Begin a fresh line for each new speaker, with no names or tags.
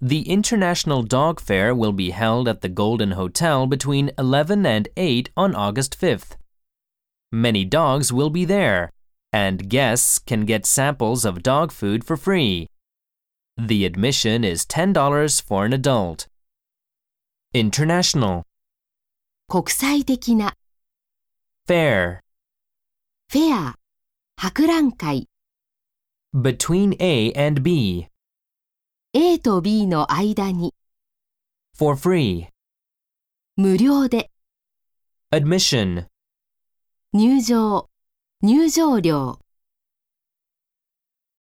The International Dog Fair will be held at the Golden Hotel between 11 and 8 on August 5th. Many dogs will be there, and guests can get samples of dog food for free. The admission is $10 for an adult. International
国際的な
Fair
フェア博覧会
Between A and B
A と B の間に
for free.
無料で
Admission
入場入場料